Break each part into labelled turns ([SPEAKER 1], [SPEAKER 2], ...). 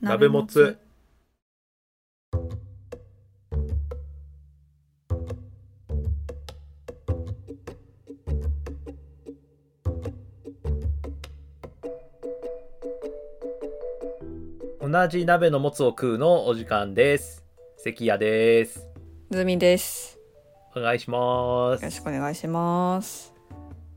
[SPEAKER 1] 鍋もつ
[SPEAKER 2] 同じ鍋のもつを食うのお時間です関谷です
[SPEAKER 1] ズミです
[SPEAKER 2] お願いしま
[SPEAKER 1] よろ
[SPEAKER 2] す
[SPEAKER 1] しくお願いします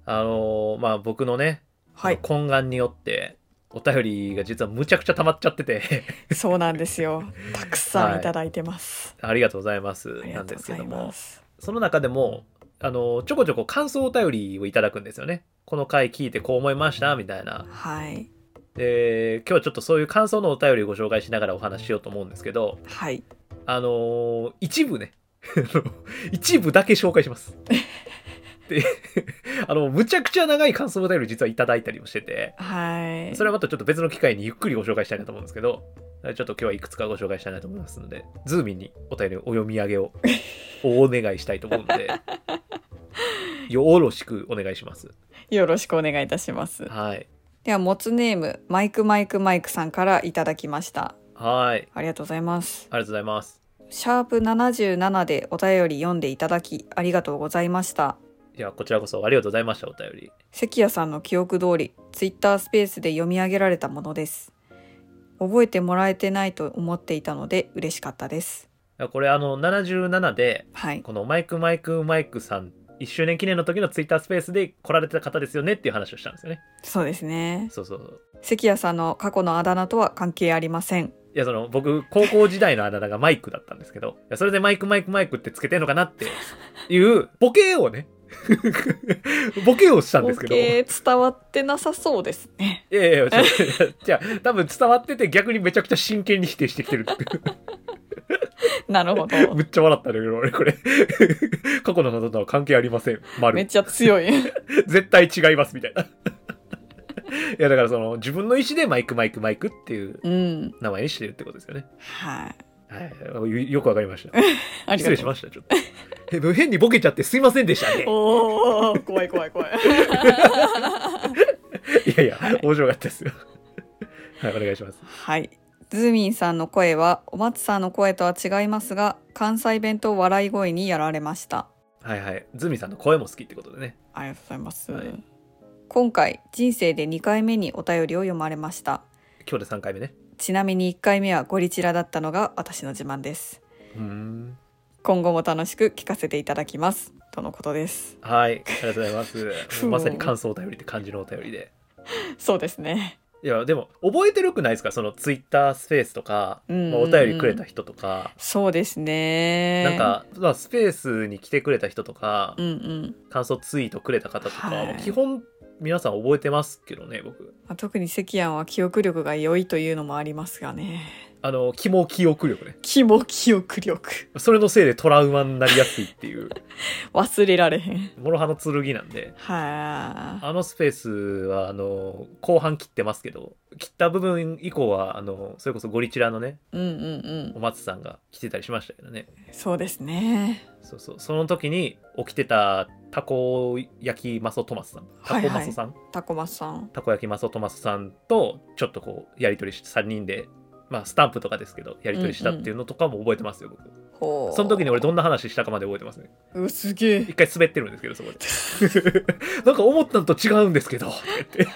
[SPEAKER 2] あのーまあ僕のね、
[SPEAKER 1] はい
[SPEAKER 2] 懇願によってお便りが実はむちゃくちゃ溜まっちゃってて
[SPEAKER 1] そうなんですよたくさ
[SPEAKER 2] は
[SPEAKER 1] ん
[SPEAKER 2] い
[SPEAKER 1] いただいてます、
[SPEAKER 2] ありがとうございます
[SPEAKER 1] あり
[SPEAKER 2] な
[SPEAKER 1] が
[SPEAKER 2] ん
[SPEAKER 1] と
[SPEAKER 2] で
[SPEAKER 1] うご
[SPEAKER 2] すけ
[SPEAKER 1] ざ
[SPEAKER 2] ど
[SPEAKER 1] い
[SPEAKER 2] も
[SPEAKER 1] ます
[SPEAKER 2] その中でもあのーちょこちょこ感想お便りをいただくんですよねこの回聞いてこう思いましたみたいな
[SPEAKER 1] はい
[SPEAKER 2] で今日はちょっとそういう感想のお便りをご紹介しながらお話ししようと思うんですけど
[SPEAKER 1] はい
[SPEAKER 2] あのー一部ね あの一部だけ紹介します。で あのむちゃくちゃ長い感想お便り実はいただいたりもしてて
[SPEAKER 1] はい
[SPEAKER 2] それはまたちょっと別の機会にゆっくりご紹介したいなと思うんですけどちょっと今日はいくつかご紹介したいなと思いますのでズーミンにお便りをお読み上げをお願いしたいと思うのでよろしくお願いします。
[SPEAKER 1] よろしくお願いいたします
[SPEAKER 2] はい
[SPEAKER 1] ではもつネームマイクマイクマイクさんからいただきました
[SPEAKER 2] はい
[SPEAKER 1] ありがとうございます
[SPEAKER 2] ありがとうございます。
[SPEAKER 1] シャープ77でお便り読んでいただきありがとうございました
[SPEAKER 2] いやこちらこそありがとうございましたお便り。
[SPEAKER 1] 関谷さんの記憶通りツイッタースペースで読み上げられたものです覚えてもらえてないと思っていたので嬉しかったです
[SPEAKER 2] これあの77で
[SPEAKER 1] はい
[SPEAKER 2] このマイクマイクマイクさん1周年記念の時のツイッタースペースで来られてた方ですよねっていう話をしたんですよね。
[SPEAKER 1] そうですね
[SPEAKER 2] そうそうそう。
[SPEAKER 1] 関谷さんの過去のあだ名とは関係ありません
[SPEAKER 2] いやその僕高校時代のあだ名がマイクだったんですけどいやそれでマイクマイクマイクってつけてんのかなっていうボケをねボケをしたんですけどい
[SPEAKER 1] ー伝わってなさそうですね
[SPEAKER 2] やいやいやちょっといやじゃあ多分伝わってて逆にめちゃくちゃ真剣に否定してきてるっていう
[SPEAKER 1] なるほど
[SPEAKER 2] むっちゃ笑ったんだけど俺これ過去の謎とは関係ありません
[SPEAKER 1] めっ
[SPEAKER 2] 丸
[SPEAKER 1] ちゃ強い
[SPEAKER 2] 絶対違いますみたいないやだからその自分の意思でマイクマイクマイクっていう
[SPEAKER 1] うん
[SPEAKER 2] 名前にしてるってことですよね。
[SPEAKER 1] はい
[SPEAKER 2] はい、よよくわかりました。
[SPEAKER 1] あり
[SPEAKER 2] 失
[SPEAKER 1] が
[SPEAKER 2] 礼
[SPEAKER 1] と
[SPEAKER 2] し
[SPEAKER 1] う
[SPEAKER 2] ました、ちょっと。 えもう変にボケちゃってすいませんでしたね。
[SPEAKER 1] おお怖い怖い 怖い
[SPEAKER 2] いやいや、面白かったですよ。 はい、お願いします。
[SPEAKER 1] はいズーミンさんの声はお松さんの声とは違いますが関西弁と笑い声にやられました
[SPEAKER 2] はいはい。ズミさんの声も好きってことでね。
[SPEAKER 1] ありがとうございます、
[SPEAKER 2] はい
[SPEAKER 1] 今回人生で2回目にお便りを読まれました
[SPEAKER 2] 今日で3回目ね。
[SPEAKER 1] ちなみに1回目はゴリチラだったのが私の自慢です
[SPEAKER 2] うーん。
[SPEAKER 1] 今後も楽しく聞かせていただきますとのことです
[SPEAKER 2] はい、ありがとうござい ます。
[SPEAKER 1] ふう
[SPEAKER 2] もうまさに感想お便りって感じのお便りで。
[SPEAKER 1] そうですね
[SPEAKER 2] いや、でも、覚えてるくないですかそのツイッタースペースとか、
[SPEAKER 1] うんうんうん
[SPEAKER 2] まあお便りくれた人とか、
[SPEAKER 1] そうですね
[SPEAKER 2] なんか、まあ、スペースに来てくれた人とか、
[SPEAKER 1] うんうん
[SPEAKER 2] 感想ツイートくれた方とか、
[SPEAKER 1] はい
[SPEAKER 2] 基本皆さん覚えてますけどね僕
[SPEAKER 1] まあ特に関庵は記憶力が良いというのもありますがね
[SPEAKER 2] あの肝記憶力ね
[SPEAKER 1] 気も記憶力
[SPEAKER 2] それのせいでトラウマになりやすいっていう
[SPEAKER 1] 忘れられへん
[SPEAKER 2] 諸刃の剣なんで
[SPEAKER 1] はあ
[SPEAKER 2] あのスペースはあの後半切ってますけど切った部分以降はあのそれこそゴリチラのね
[SPEAKER 1] うんうんうん
[SPEAKER 2] お松さんが来てたりしましたけどね
[SPEAKER 1] そうですね
[SPEAKER 2] そうそうその時に起きてたたこ焼きマソトマスさんたこマソさん、
[SPEAKER 1] タコマスさん
[SPEAKER 2] たこ焼きマソトマスさんとちょっとこうやり取りして3人で、まあ、スタンプとかですけどやり取りしたっていうのとかも覚えてますよ、僕
[SPEAKER 1] ほう
[SPEAKER 2] その時に俺どんな話したかまで覚えてますね
[SPEAKER 1] うわすげえ
[SPEAKER 2] 一回滑ってるんですけどそこで なんか思ったのと違うんですけどとか言って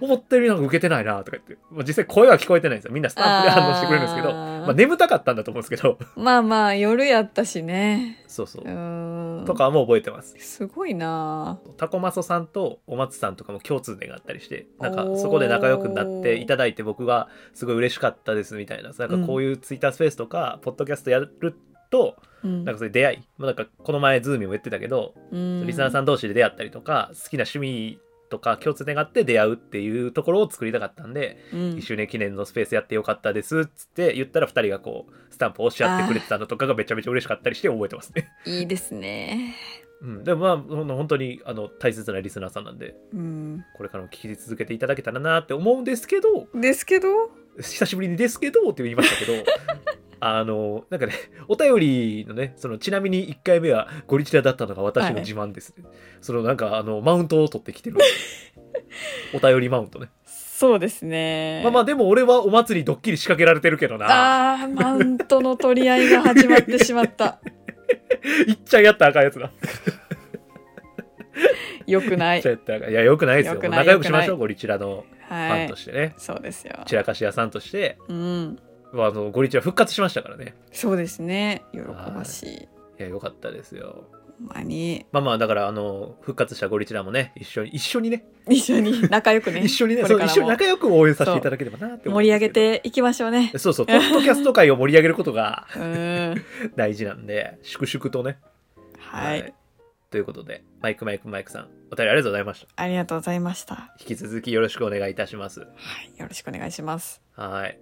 [SPEAKER 2] 思ったよりなんか受けてないなとか言って、まあ、実際声は聞こえてないんですよみんなスタンプで反応してくれるんですけど
[SPEAKER 1] あー
[SPEAKER 2] まあ、眠たかったんだと思うんですけど
[SPEAKER 1] まあまあ夜やったしね
[SPEAKER 2] そうそう
[SPEAKER 1] うーん
[SPEAKER 2] とかも覚えてます
[SPEAKER 1] すごいな
[SPEAKER 2] タコマソさんとお松さんとかも共通点があったりしてなんかそこで仲良くなっていただいて僕がすごい嬉しかったですみたいななんかこういうツイッタースペースとかポッドキャストやると
[SPEAKER 1] あ、うん
[SPEAKER 2] なんかそういう出会いまあなんかこの前ズーミーも言ってたけど
[SPEAKER 1] うん
[SPEAKER 2] リスナーさん同士で出会ったりとか好きな趣味とか共通点があって出会うっていうところを作りたかったんで
[SPEAKER 1] うん
[SPEAKER 2] 1周年記念のスペースやってよかったですっつって言ったら2人がこうスタンプを押し合ってくれてたのとかがめちゃめちゃ嬉しかったりして覚えてますね。
[SPEAKER 1] いいですね
[SPEAKER 2] うん、でもまあほん本当にあの大切なリスナーさんなんで
[SPEAKER 1] うん
[SPEAKER 2] これからも聞き続けていただけたらなって思うんですけど
[SPEAKER 1] ですけど
[SPEAKER 2] 久しぶりにですけどって言いました けどあのなんかねお便りのねそのちなみに1回目はゴリチラだったのが私の自 慢です、そのなんかあのマウントを取ってきてるお便りマウントね
[SPEAKER 1] そうですね。
[SPEAKER 2] まあまあでも俺はお祭りドッキリ仕掛けられてるけどな。
[SPEAKER 1] ああー、マウントの取り合いが始まってしま った。
[SPEAKER 2] いっちゃんやったらあかんやつだ。
[SPEAKER 1] よくない
[SPEAKER 2] いっちゃん。やったらあかん。いや、よくないですよ。
[SPEAKER 1] よ
[SPEAKER 2] も
[SPEAKER 1] く
[SPEAKER 2] う
[SPEAKER 1] ない
[SPEAKER 2] 仲良くしましょ
[SPEAKER 1] よ
[SPEAKER 2] う、ゴリチラのフ
[SPEAKER 1] は
[SPEAKER 2] ァン
[SPEAKER 1] い
[SPEAKER 2] と。してね。
[SPEAKER 1] そうですよ。
[SPEAKER 2] 散らかし屋さんとして、
[SPEAKER 1] うん。
[SPEAKER 2] まあ、あのゴリチラ復活しましたからね。
[SPEAKER 1] そうですね。喜ばしい。
[SPEAKER 2] いや、よかったですよ。
[SPEAKER 1] ほんまに。
[SPEAKER 2] まあまあ、だから、あの、復活したゴリチラもね、一緒に、一緒にね、
[SPEAKER 1] 一緒に仲良くね。
[SPEAKER 2] 一緒にね、
[SPEAKER 1] こ
[SPEAKER 2] そ
[SPEAKER 1] れ
[SPEAKER 2] う
[SPEAKER 1] から
[SPEAKER 2] 一
[SPEAKER 1] も
[SPEAKER 2] 緒に仲良く応援させていただければなって思う
[SPEAKER 1] 盛り上
[SPEAKER 2] んですけ
[SPEAKER 1] げ
[SPEAKER 2] ど。
[SPEAKER 1] ていきましょうね。
[SPEAKER 2] そうそう、ポッドキャスト界を盛り上げることが
[SPEAKER 1] うん。
[SPEAKER 2] 大事なんで、粛々とね。
[SPEAKER 1] はい。。
[SPEAKER 2] ということで、マイクマイクマイクさん、お便りありがとうございました。
[SPEAKER 1] ありがとうございました。
[SPEAKER 2] 引き続きよろしくお願いいたします。
[SPEAKER 1] はい。よろしくお願いします。
[SPEAKER 2] はい。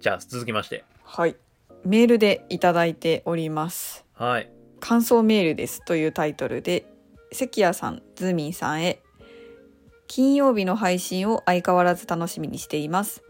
[SPEAKER 2] じゃあ、続きまして。
[SPEAKER 1] はい。メールでいただいております。
[SPEAKER 2] はい。
[SPEAKER 1] 感想メールですというタイトルで関谷さん、ズーミンさんへ金曜日の配信を相変わらず楽しみにしています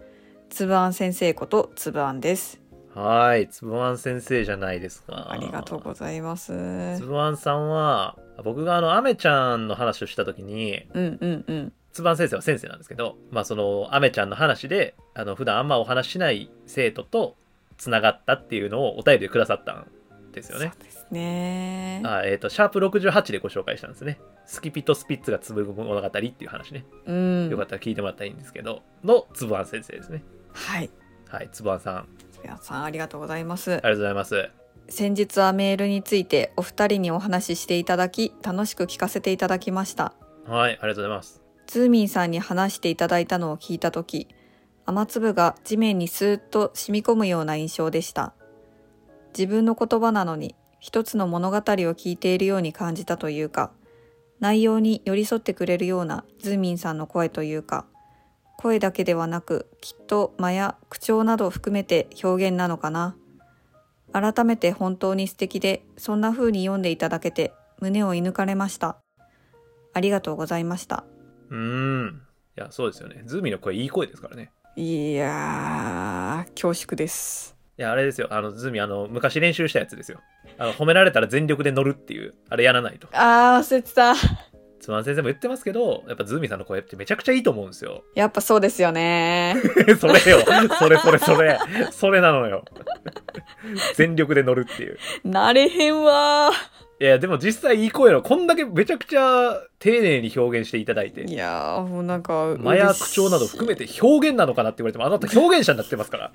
[SPEAKER 1] つぶあん先生ことつぶあんです
[SPEAKER 2] はい。つぶあん先生じゃないですか。
[SPEAKER 1] ありがとうございますう
[SPEAKER 2] つ
[SPEAKER 1] ん
[SPEAKER 2] ぶあんさんは、僕があの、アメちゃんの話をしたときに、
[SPEAKER 1] うんうん
[SPEAKER 2] つばん先生は先生なんですけど、まあ、そのアメちゃんの話であの普段あんまお話ししない生徒とつながったっていうのをお便りでくださったんですよね。
[SPEAKER 1] そうですね
[SPEAKER 2] あえっ、と、シャープ68でご紹介したんですね。スキピとスピッツが紡ぐ物語っていう話ね。
[SPEAKER 1] うん
[SPEAKER 2] よかったら聞いてもらったらいいんですけど、のつぶあん先生ですね。
[SPEAKER 1] はい
[SPEAKER 2] はい、つぶあんさん、あり
[SPEAKER 1] つぶあんさんありがとうございます
[SPEAKER 2] がとうございます。
[SPEAKER 1] 先日はメールについてお二人にお話ししていただき楽しく聞かせていただきました
[SPEAKER 2] はい、ありがとうございます。
[SPEAKER 1] ズーミンさんに話していただいたのを聞いた時雨粒が地面にスーッと染み込むような印象でした自分の言葉なのに一つの物語を聞いているように感じたというか内容に寄り添ってくれるようなズーミンさんの声というか声だけではなくきっと間や口調などを含めて表現なのかな改めて本当に素敵でそんな風に読んでいただけて胸を射抜かれましたありがとうございました
[SPEAKER 2] うーん。いや、そうですよね。ズーミーの声、いい声ですからね。
[SPEAKER 1] いやー、恐縮です。
[SPEAKER 2] いや、あれですよ。あの、ズーミー、あの、昔練習したやつですよ。あの、褒められたら全力で乗るっていう、あれやらないと。
[SPEAKER 1] あー、忘れてた。
[SPEAKER 2] つまん先生も言ってますけど、やっぱズーミンさんの声ってめちゃくちゃいいと思うんですよ。
[SPEAKER 1] やっぱそうですよね。
[SPEAKER 2] それよ。それそれそれ。それなのよ。 全力で乗るっていう。
[SPEAKER 1] 慣れへんわ
[SPEAKER 2] いや、でも実際いい声の、こんだけめちゃくちゃ丁寧に表現していただい
[SPEAKER 1] ー。い
[SPEAKER 2] て。
[SPEAKER 1] やー、もうなんか、
[SPEAKER 2] マヤ口調など含めて表現なのかなって言われても、あなた表現者になってますから。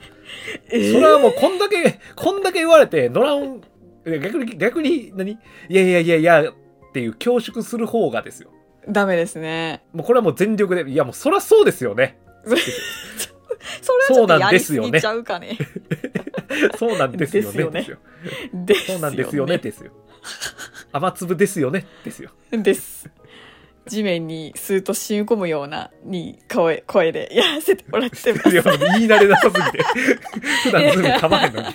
[SPEAKER 1] め
[SPEAKER 2] それはもうこんだけ、こんだけ言われて乗らん、いや逆に、逆に何、いやいやいやいやっていう恐縮する方がですよ。
[SPEAKER 1] ダメですね。
[SPEAKER 2] もうこれはもう全力で、いやもうそらそうですよね。
[SPEAKER 1] それはちょっと
[SPEAKER 2] そうな
[SPEAKER 1] や
[SPEAKER 2] んで
[SPEAKER 1] り
[SPEAKER 2] す
[SPEAKER 1] す
[SPEAKER 2] よね
[SPEAKER 1] ぎちゃうかね。
[SPEAKER 2] そうなんですよ
[SPEAKER 1] ですよね
[SPEAKER 2] ね。ですよ。
[SPEAKER 1] です
[SPEAKER 2] そ
[SPEAKER 1] よね。
[SPEAKER 2] うなんですよね。ですよ。雨粒ですよね。ですよ。
[SPEAKER 1] です。地面にスーッと染み込むような、に、声、声でやらせてもらってま
[SPEAKER 2] いや、
[SPEAKER 1] す。
[SPEAKER 2] もう言い慣れなさすぎて。 普段ズーム噛まへんのに。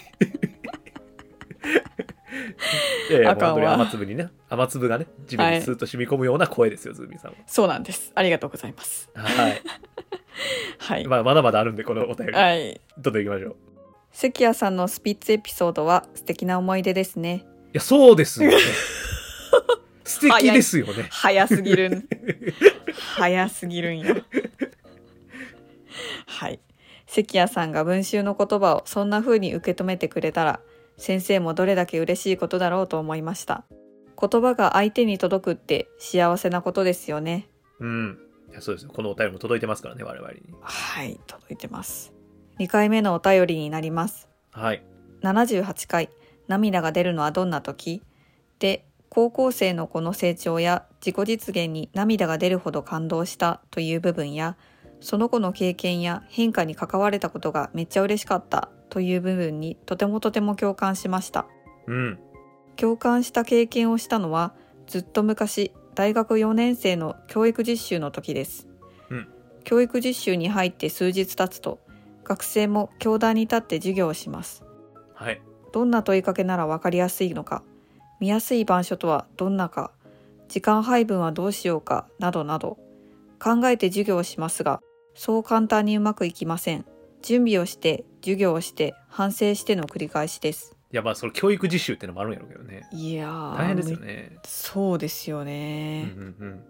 [SPEAKER 2] いやいや、
[SPEAKER 1] あ
[SPEAKER 2] もう
[SPEAKER 1] かんわ
[SPEAKER 2] 本当に雨粒にね、雨粒がね、地面にスーッと染み込むような声ですよ、ズーミンさんは。
[SPEAKER 1] そうなんです。ありがとうございます。
[SPEAKER 2] はい。
[SPEAKER 1] はい。
[SPEAKER 2] まあ、まだまだあるんで、このお便り。
[SPEAKER 1] はい。
[SPEAKER 2] どんどん行きましょう。
[SPEAKER 1] 関谷さんのスピッツエピソードは素敵な思い出ですね。
[SPEAKER 2] いや、そうです よね。素敵ですよね。
[SPEAKER 1] 早すぎるん早すぎるんよはい関谷さんが文集の言葉をそんな風に受け止めてくれたら先生もどれだけ嬉しいことだろうと思いました言葉が相手に届くって幸せなことですよね
[SPEAKER 2] うん。いやそうですよ。このお便りも届いてますからね、我々に。
[SPEAKER 1] はい届いてます2回目のお便りになります
[SPEAKER 2] はい。
[SPEAKER 1] 78回「涙が出るのはどんな時?」で高校生の子の成長や自己実現に涙が出るほど感動したという部分やその子の経験や変化に関われたことがめっちゃ嬉しかったという部分にとてもとても共感しました
[SPEAKER 2] うん。
[SPEAKER 1] 共感した経験をしたのはずっと昔大学4年生の教育実習の時です、
[SPEAKER 2] うん
[SPEAKER 1] 教育実習に入って数日経つと学生も教壇に立って授業をします
[SPEAKER 2] はい。
[SPEAKER 1] どんな問いかけなら分かりやすいのか見やすい板書とはどんなか時間配分はどうしようかなどなど考えて授業をしますがそう簡単にうまくいきません準備をして授業をして反省しての繰り返しです
[SPEAKER 2] いや、まあ、その教育実習ってのもあるんやろうけどね。
[SPEAKER 1] いやー
[SPEAKER 2] 大変ですよね。
[SPEAKER 1] そうですよ
[SPEAKER 2] うん
[SPEAKER 1] ね
[SPEAKER 2] うんうん。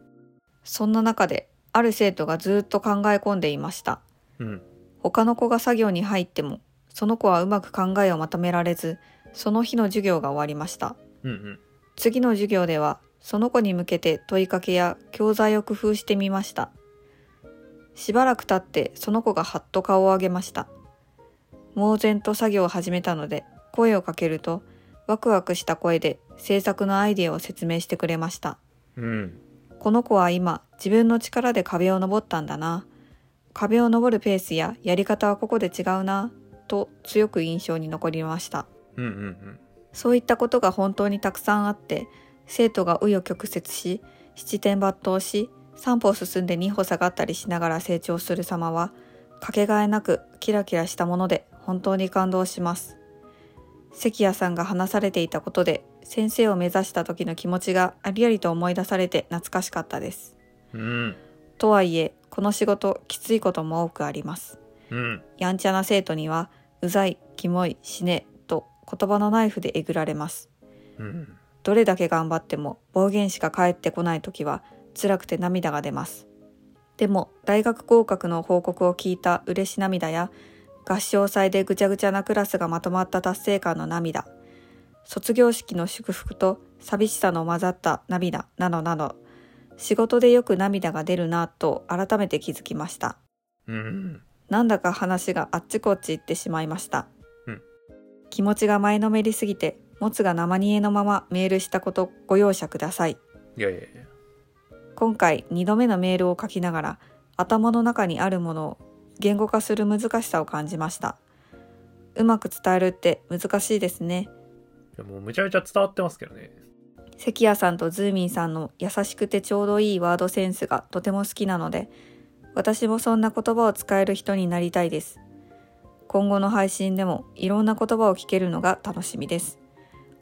[SPEAKER 1] そんな中である生徒がずっと考え込んでいました
[SPEAKER 2] うん。
[SPEAKER 1] 他の子が作業に入ってもその子はうまく考えをまとめられずその日の授業が終わりました
[SPEAKER 2] うんうん。
[SPEAKER 1] 次の授業ではその子に向けて問いかけや教材を工夫してみましたしばらく経ってその子がはっと顔を上げました猛然と作業を始めたので声をかけるとワクワクした声で制作のアイデアを説明してくれました
[SPEAKER 2] うん。
[SPEAKER 1] この子は今自分の力で壁を登ったんだな壁を登るペースややり方はここで違うなと強く印象に残りました
[SPEAKER 2] うんうんうん。
[SPEAKER 1] そういったことが本当にたくさんあって生徒が紆余曲折し七点抜刀し3歩進んで2歩下がったりしながら成長する様はかけがえなくキラキラしたもので本当に感動します関谷さんが話されていたことで先生を目指した時の気持ちがありありと思い出されて懐かしかったです
[SPEAKER 2] うん。
[SPEAKER 1] とはいえこの仕事きついことも多くあります
[SPEAKER 2] うん。
[SPEAKER 1] やんちゃな生徒には「うざい」「キモい」「死ね」と言葉のナイフでえぐられます
[SPEAKER 2] うん。
[SPEAKER 1] どれだけ頑張っても暴言しか返ってこない時は辛くて涙が出ますでも大学合格の報告を聞いた嬉し涙や合唱祭でぐちゃぐちゃなクラスがまとまった達成感の涙卒業式の祝福と寂しさの混ざった涙などなど仕事でよく涙が出るなぁと改めて気づきました
[SPEAKER 2] うん。
[SPEAKER 1] なんだか話があっちこっち行ってしまいました、
[SPEAKER 2] うん
[SPEAKER 1] 気持ちが前のめりすぎてもつが生煮えのままメールしたことご容赦ください
[SPEAKER 2] いやいやいや。
[SPEAKER 1] 今回2度目のメールを書きながら頭の中にあるものを言語化する難しさを感じましたうまく伝えるって難しいですね
[SPEAKER 2] いやもうめちゃめちゃ伝わってますけどね。
[SPEAKER 1] 関谷さんとズーミンさんの優しくてちょうどいいワードセンスがとても好きなので私もそんな言葉を使える人になりたいです今後の配信でもいろんな言葉を聞けるのが楽しみです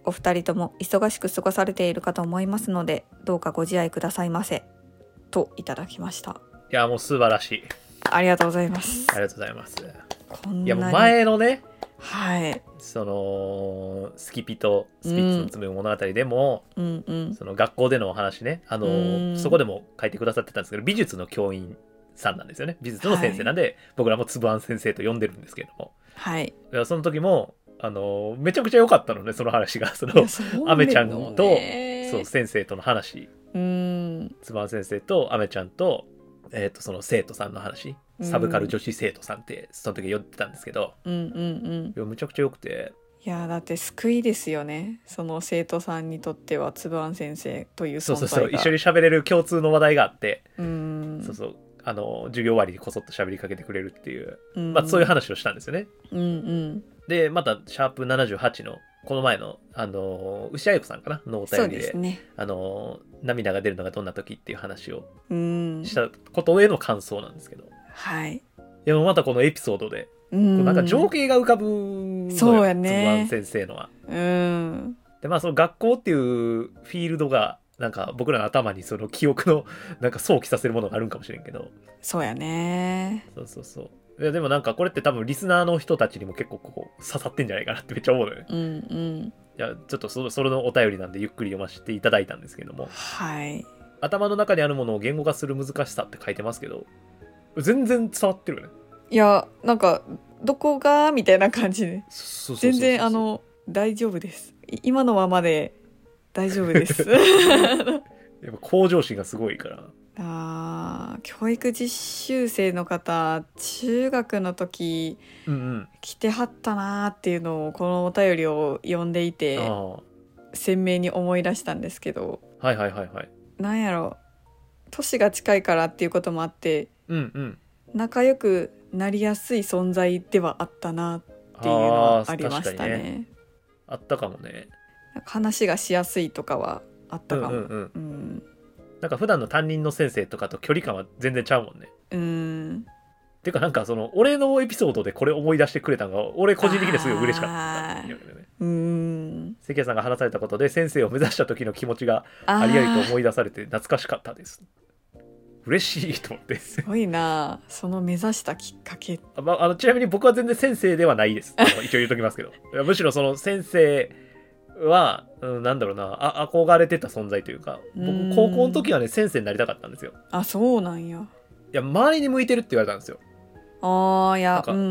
[SPEAKER 1] お二人とも忙しく過ごされているかと思いますのでどうかご自愛くださいませといただきました
[SPEAKER 2] いや、もう素晴らしい。
[SPEAKER 1] ありがとうございます
[SPEAKER 2] ありがとうございます。
[SPEAKER 1] こん
[SPEAKER 2] い
[SPEAKER 1] な
[SPEAKER 2] や、
[SPEAKER 1] に
[SPEAKER 2] もう前のね、
[SPEAKER 1] はい
[SPEAKER 2] その、スキピとスピッツの紡ぐ物語でも、
[SPEAKER 1] うんうん
[SPEAKER 2] その学校でのお話ね、あのー
[SPEAKER 1] うん
[SPEAKER 2] そこでも書いてくださってたんですけど、美術の教員さんなんですよね。美術の先生なんで、僕らもつぶあん先生と呼んでるんですけれども。
[SPEAKER 1] はい
[SPEAKER 2] だからその時も、あのーめちゃくちゃ良かったのね、その話が。その、アメちゃんと、そう、先生との話、
[SPEAKER 1] うん
[SPEAKER 2] つぶあん先生とアメちゃんと、えっ、と、その生徒さんの話、サブカル女子生徒さんって、その時呼んでたんですけど、
[SPEAKER 1] うんうんうん
[SPEAKER 2] いや、むちゃくちゃ良くて、
[SPEAKER 1] いやーだって救いですよねその生徒さんにとってはつぶあん先生という
[SPEAKER 2] そ
[SPEAKER 1] 存
[SPEAKER 2] うそう
[SPEAKER 1] 在が
[SPEAKER 2] そう、一緒に喋れる共通の話題があって、
[SPEAKER 1] うーん
[SPEAKER 2] そうそう、あのー授業終わりにこそっと喋りかけてくれるっていう、
[SPEAKER 1] うん
[SPEAKER 2] まあ、そういう話をしたんですよね。
[SPEAKER 1] うんうん
[SPEAKER 2] で、また、シャープ78の、この前の、あのー、牛あゆこさんかなのお
[SPEAKER 1] そう
[SPEAKER 2] 便り
[SPEAKER 1] で
[SPEAKER 2] で、
[SPEAKER 1] すね
[SPEAKER 2] あのー、涙が出るのがどんな時っていう話を
[SPEAKER 1] うん
[SPEAKER 2] したことへの感想なんですけど、
[SPEAKER 1] はい
[SPEAKER 2] でもまたこのエピソードで、
[SPEAKER 1] うん
[SPEAKER 2] なんか情景が浮かぶのよ
[SPEAKER 1] そうやね
[SPEAKER 2] つぶあん先生のは。
[SPEAKER 1] うん
[SPEAKER 2] で、まあ、その学校っていうフィールドが、なんか僕らの頭にその記憶の、 なんか想起させるものがあるんかもしれんけど、
[SPEAKER 1] そうやね
[SPEAKER 2] そうそうそう。いやでもなんかこれって多分リスナーの人たちにも結構こう刺さってんじゃないかなってめっちゃ思うのよね。
[SPEAKER 1] うんうん
[SPEAKER 2] いやちょっとそのそれのお便りなんでゆっくり読ませていただいたんですけども
[SPEAKER 1] はい
[SPEAKER 2] 頭の中にあるものを言語化する難しさって書いてますけど全然伝わってるよね
[SPEAKER 1] いやなんかどこがみたいな感じで
[SPEAKER 2] そうそうそうそう
[SPEAKER 1] 全然あの大丈夫ですい今のままで大丈夫です
[SPEAKER 2] やっぱ向上心がすごいから
[SPEAKER 1] あー教育実習生の方中学の時
[SPEAKER 2] うんうん、
[SPEAKER 1] 来てはったなーっていうのをこのお便りを読んでいて
[SPEAKER 2] ああは
[SPEAKER 1] 鮮明に思い出したんですけど
[SPEAKER 2] いはいはいはい
[SPEAKER 1] なんやろ年が近いからっていうこともあって
[SPEAKER 2] うんうん
[SPEAKER 1] 仲良くなりやすい存在ではあったなって
[SPEAKER 2] あ
[SPEAKER 1] いうのは
[SPEAKER 2] ー
[SPEAKER 1] ありましたね
[SPEAKER 2] 確かにあったかもね
[SPEAKER 1] なんか話がしやすいとかはあっ
[SPEAKER 2] う
[SPEAKER 1] た
[SPEAKER 2] んう
[SPEAKER 1] か
[SPEAKER 2] ん
[SPEAKER 1] も
[SPEAKER 2] うん
[SPEAKER 1] うん
[SPEAKER 2] なんか普段の担任の先生とかと距離感は全然ちゃうもんね
[SPEAKER 1] うん
[SPEAKER 2] てかなんかその俺のエピソードでこれ思い出してくれたのが俺個人的にすごい嬉しかったっていうね
[SPEAKER 1] うん
[SPEAKER 2] 関谷さんが話されたことで先生を目指した時の気持ちが
[SPEAKER 1] あー
[SPEAKER 2] ありありと思い出されて懐かしかったです。嬉しいと思って。
[SPEAKER 1] すごいなその目指したきっかけ
[SPEAKER 2] あまあ、あのちなみに僕は全然先生ではないです。あの一応言っときますけど。いやむしろその先生は、うん、なんだろうなあ、憧れてた存在というか、
[SPEAKER 1] うーん
[SPEAKER 2] 僕、高校の時はね、先生になりたかったんですよ。
[SPEAKER 1] あそうなんや
[SPEAKER 2] いや周りに向いてるって言われたんですよ
[SPEAKER 1] ああい
[SPEAKER 2] なん
[SPEAKER 1] や
[SPEAKER 2] か
[SPEAKER 1] うんうんう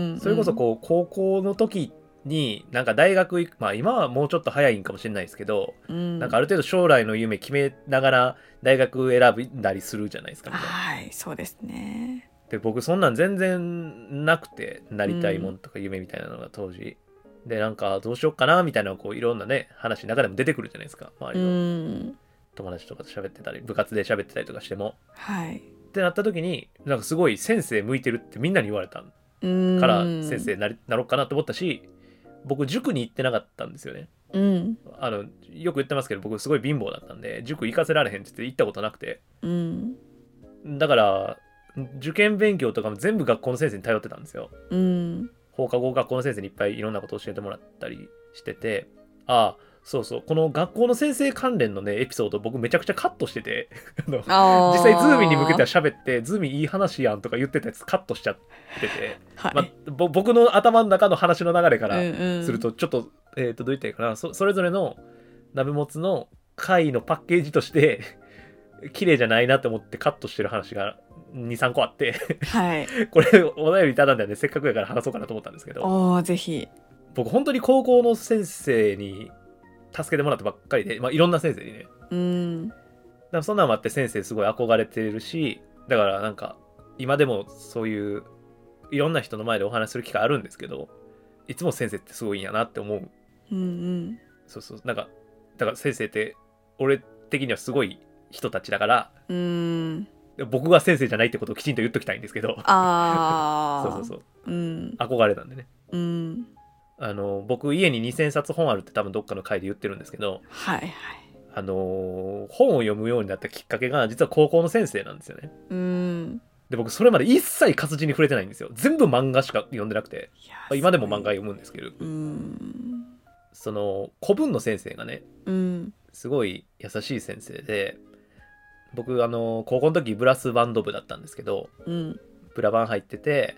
[SPEAKER 1] ん、うん、
[SPEAKER 2] それこそこう高校の時になんか大学行くまあ今はもうちょっと早いんかもしれないですけど、
[SPEAKER 1] う、うん、
[SPEAKER 2] なんかある程度将来の夢決めながら大学選んだりするじゃないですかみたいな
[SPEAKER 1] はいそうですね
[SPEAKER 2] で僕そんなん全然なくてなりたいもんとか夢みたいなのが当時、でなんかどうしようかなみたいなのがこういろんなね話の中でも出てくるじゃないですか周
[SPEAKER 1] う
[SPEAKER 2] りの
[SPEAKER 1] ん
[SPEAKER 2] 友達とかと喋ってたり部活で喋ってたりとかしても
[SPEAKER 1] はい
[SPEAKER 2] ってなった時になんかすごい先生向いてるってみんなに言われた
[SPEAKER 1] うん
[SPEAKER 2] から先生になりなろうかなと思ったし僕塾に行ってなかったんですよね
[SPEAKER 1] うん
[SPEAKER 2] あのよく言ってますけど僕すごい貧乏だったんで塾行かせられへんって言って行ったことなくて
[SPEAKER 1] うん
[SPEAKER 2] だから受験勉強とかも全部学校の先生に頼ってたんですよ
[SPEAKER 1] うん
[SPEAKER 2] 放課後学校の先生にいっぱいいろんなことを教えてもらったりしててああそうそうこの学校の先生関連のねエピソード僕めちゃくちゃカットしててあの
[SPEAKER 1] あ
[SPEAKER 2] 実際ズーミンに向けては
[SPEAKER 1] し、
[SPEAKER 2] 喋ってズーミンいい話やんとか言ってたやつカットしちゃってて、
[SPEAKER 1] はい
[SPEAKER 2] まあ、ぼ僕の頭の中の話の流れから
[SPEAKER 1] うんうん
[SPEAKER 2] するとちょっと,、えー、とどう言ったらいいかなそそれぞれの鍋もつの回のパッケージとして 綺麗じゃないなと思ってカットしてる話が23個あって
[SPEAKER 1] はい
[SPEAKER 2] これお便りいただいたんでせっかくやから話そうかなと思ったんですけど
[SPEAKER 1] おおぜひ
[SPEAKER 2] 僕本当に高校の先生に助けてもらったばっかりで、まあ、いろんな先生にねだか
[SPEAKER 1] うん
[SPEAKER 2] らそんなんもあって先生すごい憧れてるしだからなんか今でもそういういろんな人の前でお話しする機会あるんですけどいつも先生ってすごいんやなって思う
[SPEAKER 1] うん
[SPEAKER 2] そうそうなんかだから先生って俺的にはすごい人たちだから
[SPEAKER 1] うんうん
[SPEAKER 2] 僕が先生じゃないってことをきちんと言っときたいんですけど
[SPEAKER 1] あ
[SPEAKER 2] そ
[SPEAKER 1] あ
[SPEAKER 2] うそうそう
[SPEAKER 1] ううん
[SPEAKER 2] 憧れなんでね
[SPEAKER 1] うん
[SPEAKER 2] あの僕家に2,000冊本あるって多分どっかの回で言ってるんですけど
[SPEAKER 1] はいはい
[SPEAKER 2] あのー本を読むようになったきっかけが実は高校の先生なんですよね
[SPEAKER 1] うん
[SPEAKER 2] で僕それまで一切活字に触れてないんですよ全部漫画しか読んでなくて
[SPEAKER 1] いや
[SPEAKER 2] まあ今でも漫画読むんですけど
[SPEAKER 1] うん
[SPEAKER 2] その古文の先生がね
[SPEAKER 1] うん
[SPEAKER 2] すごい優しい先生で僕あのー高校の時ブラスバンド部だったんですけど
[SPEAKER 1] うん
[SPEAKER 2] ブラバン入ってて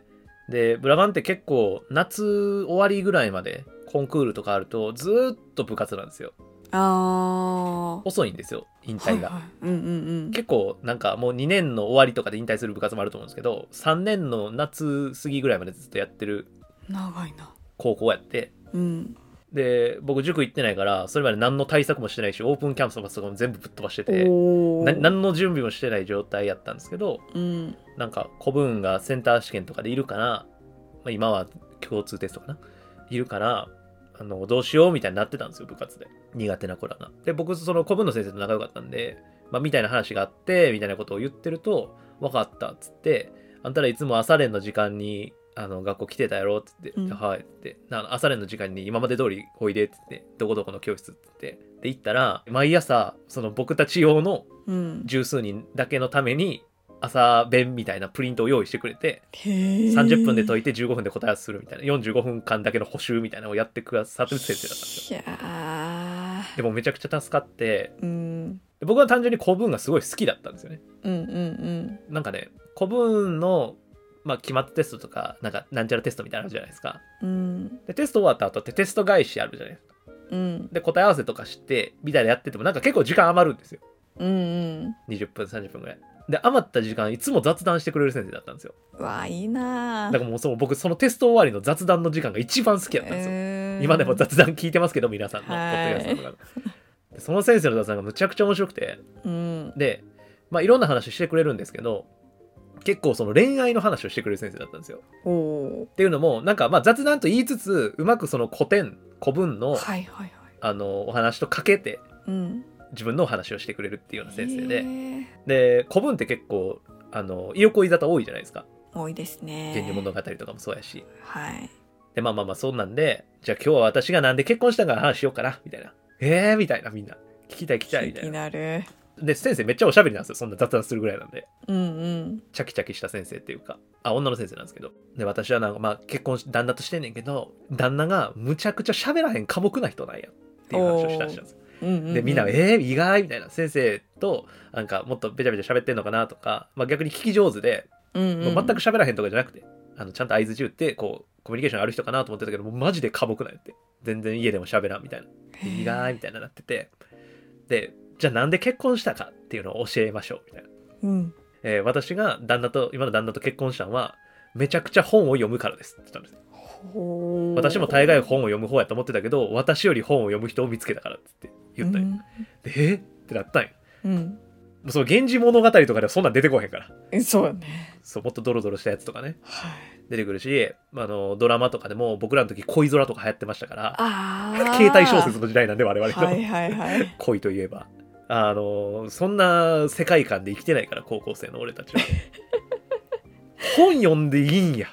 [SPEAKER 2] でブラバンって結構夏終わりぐらいまでコンクールとかあるとずーっと部活なんですよ
[SPEAKER 1] ああ
[SPEAKER 2] 遅いんですよ引退が。
[SPEAKER 1] はいはいうんうん
[SPEAKER 2] 結構なんかもう2年の終わりとかで引退する部活もあると思うんですけど3年の夏過ぎぐらいまでずっとやってる
[SPEAKER 1] うん長いな
[SPEAKER 2] 高校やって
[SPEAKER 1] うん
[SPEAKER 2] で僕塾行ってないからそれまで何の対策もしてないしオープンキャンパスとかも全部ぶっ飛ばしてて
[SPEAKER 1] お
[SPEAKER 2] な
[SPEAKER 1] ー
[SPEAKER 2] 何の準備もしてない状態やったんですけど
[SPEAKER 1] うん
[SPEAKER 2] なんか古文がセンター試験とかでいるから、まあ、今は共通テストかないるからあのどうしようみたいになってたんですよ部活で苦手な子らが。で僕その古文の先生と仲良かったんで、まあ、みたいな話があってみたいなことを言ってると「分かった」っつって「あんたらいつも朝練の時間にあの学校来てたやろ」っつって「
[SPEAKER 1] うん
[SPEAKER 2] はい」っつってな朝練の時間に今まで通りおいで」っつって「どこどこの教室」っつって。で行ったら毎朝その僕たち用の
[SPEAKER 1] うん
[SPEAKER 2] 十数人だけのために朝弁みたいなプリントを用意してくれて
[SPEAKER 1] 30
[SPEAKER 2] 30分で解いて15分で答え合わせするみたいな45分間だけの補習みたいなのをやってくださってる先生だったんですよ
[SPEAKER 1] いや
[SPEAKER 2] でもめちゃくちゃ助かって
[SPEAKER 1] ーうん
[SPEAKER 2] で僕は単純に古文がすごい好きだったんですよね
[SPEAKER 1] うんうん
[SPEAKER 2] なんかね古文のまあ決まったテストとかなんかなんちゃらテストみたいなのあるじゃないですか
[SPEAKER 1] うんうん
[SPEAKER 2] でテスト終わった後ってテスト返しあるじゃないですか
[SPEAKER 1] うん
[SPEAKER 2] で答え合わせとかしてみたいなやっててもなんか結構時間余るんですよ
[SPEAKER 1] うんうん
[SPEAKER 2] 20分30分ぐらいで余った時間いつも雑談してくれる先生だったんですよ
[SPEAKER 1] うわいいな
[SPEAKER 2] だからもうそう僕そのテスト終わりの雑談の時間が一番好きだったんですよ、今でも雑談聞いてますけど皆さんのポッドキャストとかのでその先生の雑談がむちゃくちゃ面白くて
[SPEAKER 1] うん
[SPEAKER 2] でまあいろんな話してくれるんですけど結構その恋愛の話をしてくれる先生だったんですよ
[SPEAKER 1] おお
[SPEAKER 2] っていうのもなんかまあ雑談と言いつつうまくその古典古文の,、
[SPEAKER 1] ーはいはいはい
[SPEAKER 2] あのお話とかけて
[SPEAKER 1] うん
[SPEAKER 2] 自分のお話をしてくれるっていうような先生で、
[SPEAKER 1] へー
[SPEAKER 2] で古文って結構あの意欲居沙汰多いじゃないですか
[SPEAKER 1] 多いですね
[SPEAKER 2] 「源氏物語」とかもそうやし、
[SPEAKER 1] はい
[SPEAKER 2] で、まあまあまあ、そんなんで、じゃあ今日は私がなんで結婚したかの話しようかな、みたいな。えー、みたいな、みんな。聞きたい、聞きたい、み
[SPEAKER 1] 気
[SPEAKER 2] たい
[SPEAKER 1] に
[SPEAKER 2] な。
[SPEAKER 1] なる
[SPEAKER 2] で、先生めっちゃおしゃべりなんですよ。そんな雑談するぐらいなんで。
[SPEAKER 1] うんうん
[SPEAKER 2] チャキチャキした先生っていうか。あ、女の先生なんですけど。で、私はなんか、まあ結婚し、旦那としてんねんけど、旦那がむちゃくちゃ喋らへん寡黙な人なんや。っていう話をしたりしたんですよ。
[SPEAKER 1] うんうんうん
[SPEAKER 2] で、みんな、えー、意外みたいな。先生と、なんかもっとべちゃべちゃ喋ってんのかなとか、まあ逆に聞き上手で、
[SPEAKER 1] うんう
[SPEAKER 2] も
[SPEAKER 1] ん
[SPEAKER 2] う全く喋らへんとかじゃなくて、あのちゃんと合図中ってこうコミュニケーションある人かなと思ってたけどもうマジで寡黙なんやって全然家でも喋らんみたいな
[SPEAKER 1] へー
[SPEAKER 2] 意外みたいななっててでじゃあなんで結婚したかっていうのを教えましょうみたいな
[SPEAKER 1] うん
[SPEAKER 2] えー私が旦那と今の旦那と結婚したのはめちゃくちゃ本を読むからですって言ったんです
[SPEAKER 1] ほう
[SPEAKER 2] 私も大概本を読む方やと思ってたけど私より本を読む人を見つけたからって言ったんよ、でえーってなったんよ
[SPEAKER 1] うん、
[SPEAKER 2] もうその「源氏物語」とかではそんなん出てこへんから
[SPEAKER 1] うん、そうよね
[SPEAKER 2] そうもっとドロドロしたやつとかね
[SPEAKER 1] はい
[SPEAKER 2] 出てくるしあのドラマとかでも僕らの時恋空とか流行ってましたから
[SPEAKER 1] あー
[SPEAKER 2] 携帯小説の時代なんで我々の、
[SPEAKER 1] はいはいはい
[SPEAKER 2] 恋といえばあのそんな世界観で生きてないから高校生の俺た ちは本読んでいいんや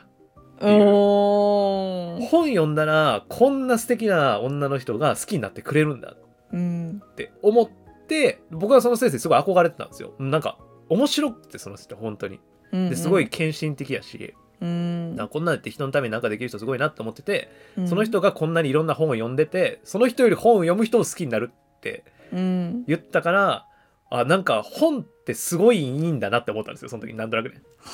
[SPEAKER 1] うーん
[SPEAKER 2] 本読んだらこんな素敵な女の人が好きになってくれるんだ
[SPEAKER 1] うん
[SPEAKER 2] って思って僕はその先生すごい憧れてたんですよなんか面白くてその人本当に
[SPEAKER 1] うん
[SPEAKER 2] ですごい献身的やし、
[SPEAKER 1] うん
[SPEAKER 2] なんかこんなんやって人のためになんかできる人すごいなって思ってて、
[SPEAKER 1] うん
[SPEAKER 2] その人がこんなにいろんな本を読んでてその人より本を読む人を好きになるって
[SPEAKER 1] うん
[SPEAKER 2] 言ったからあなんか本ってすごいいいんだなって思ったんですよその時なんとなくね
[SPEAKER 1] は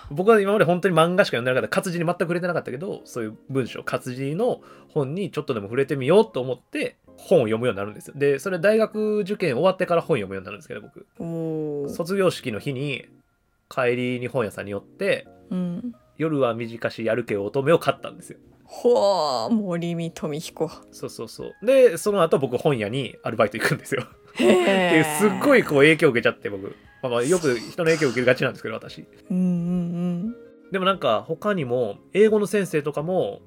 [SPEAKER 1] あ
[SPEAKER 2] 僕は今まで本当に漫画しか読んでなかった活字に全く触れてなかったけどそういう文章活字の本にちょっとでも触れてみようと思って本を読むようになるんですよでそれ大学受験終わってから本読むようになるんですけど僕
[SPEAKER 1] おー
[SPEAKER 2] 卒業式の日に帰りに本屋さんに寄って
[SPEAKER 1] うん
[SPEAKER 2] 夜は短しやるけ乙女を買ったんですよ
[SPEAKER 1] ほあ森見富彦
[SPEAKER 2] そうそうそうでその後僕本屋にアルバイト行くんですよ
[SPEAKER 1] へ
[SPEAKER 2] って いう
[SPEAKER 1] え
[SPEAKER 2] すっごいこう影響を受けちゃって僕、まあ、まあよく人の影響を受けがちなんですけど私
[SPEAKER 1] うんうん
[SPEAKER 2] でもなんか他にも英語の先生とかも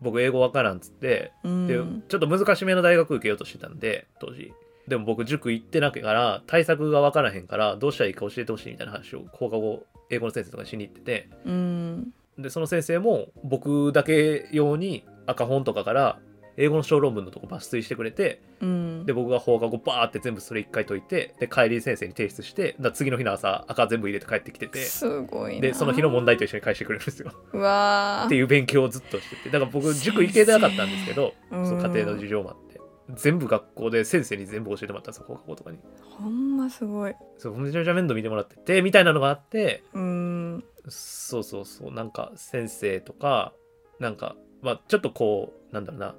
[SPEAKER 2] 僕英語わからんっつって
[SPEAKER 1] うん
[SPEAKER 2] で
[SPEAKER 1] うん
[SPEAKER 2] ちょっと難しめの大学受けようとしてたんで当時でも僕塾行ってなきゃから対策がわからへんからどうしたらいいか教えてほしいみたいな話を放課後英語の先生とかにしに行ってて
[SPEAKER 1] うん
[SPEAKER 2] でその先生も僕だけ用に赤本とかから英語の小論文のとこ抜粋してくれて
[SPEAKER 1] うん
[SPEAKER 2] で僕が放課後バーって全部それ一回解いてで帰り先生に提出してだから次の日の朝赤全部入れて帰ってきてて
[SPEAKER 1] すごいな
[SPEAKER 2] でその日の問題と一緒に返してくれ るんですよ
[SPEAKER 1] うわー
[SPEAKER 2] っていう勉強をずっとしててだから僕塾行けてなかったんですけど
[SPEAKER 1] 先生
[SPEAKER 2] その家庭の事情もあって全部学校で先生に全部教えてもらったんですよ放課後とかに
[SPEAKER 1] ほんますごい
[SPEAKER 2] そうめちゃめちゃ面倒見てもらっててみたいなのがあって
[SPEAKER 1] うん
[SPEAKER 2] そうそうそうなんか先生とかなんかまあちょっとこうなんだろうな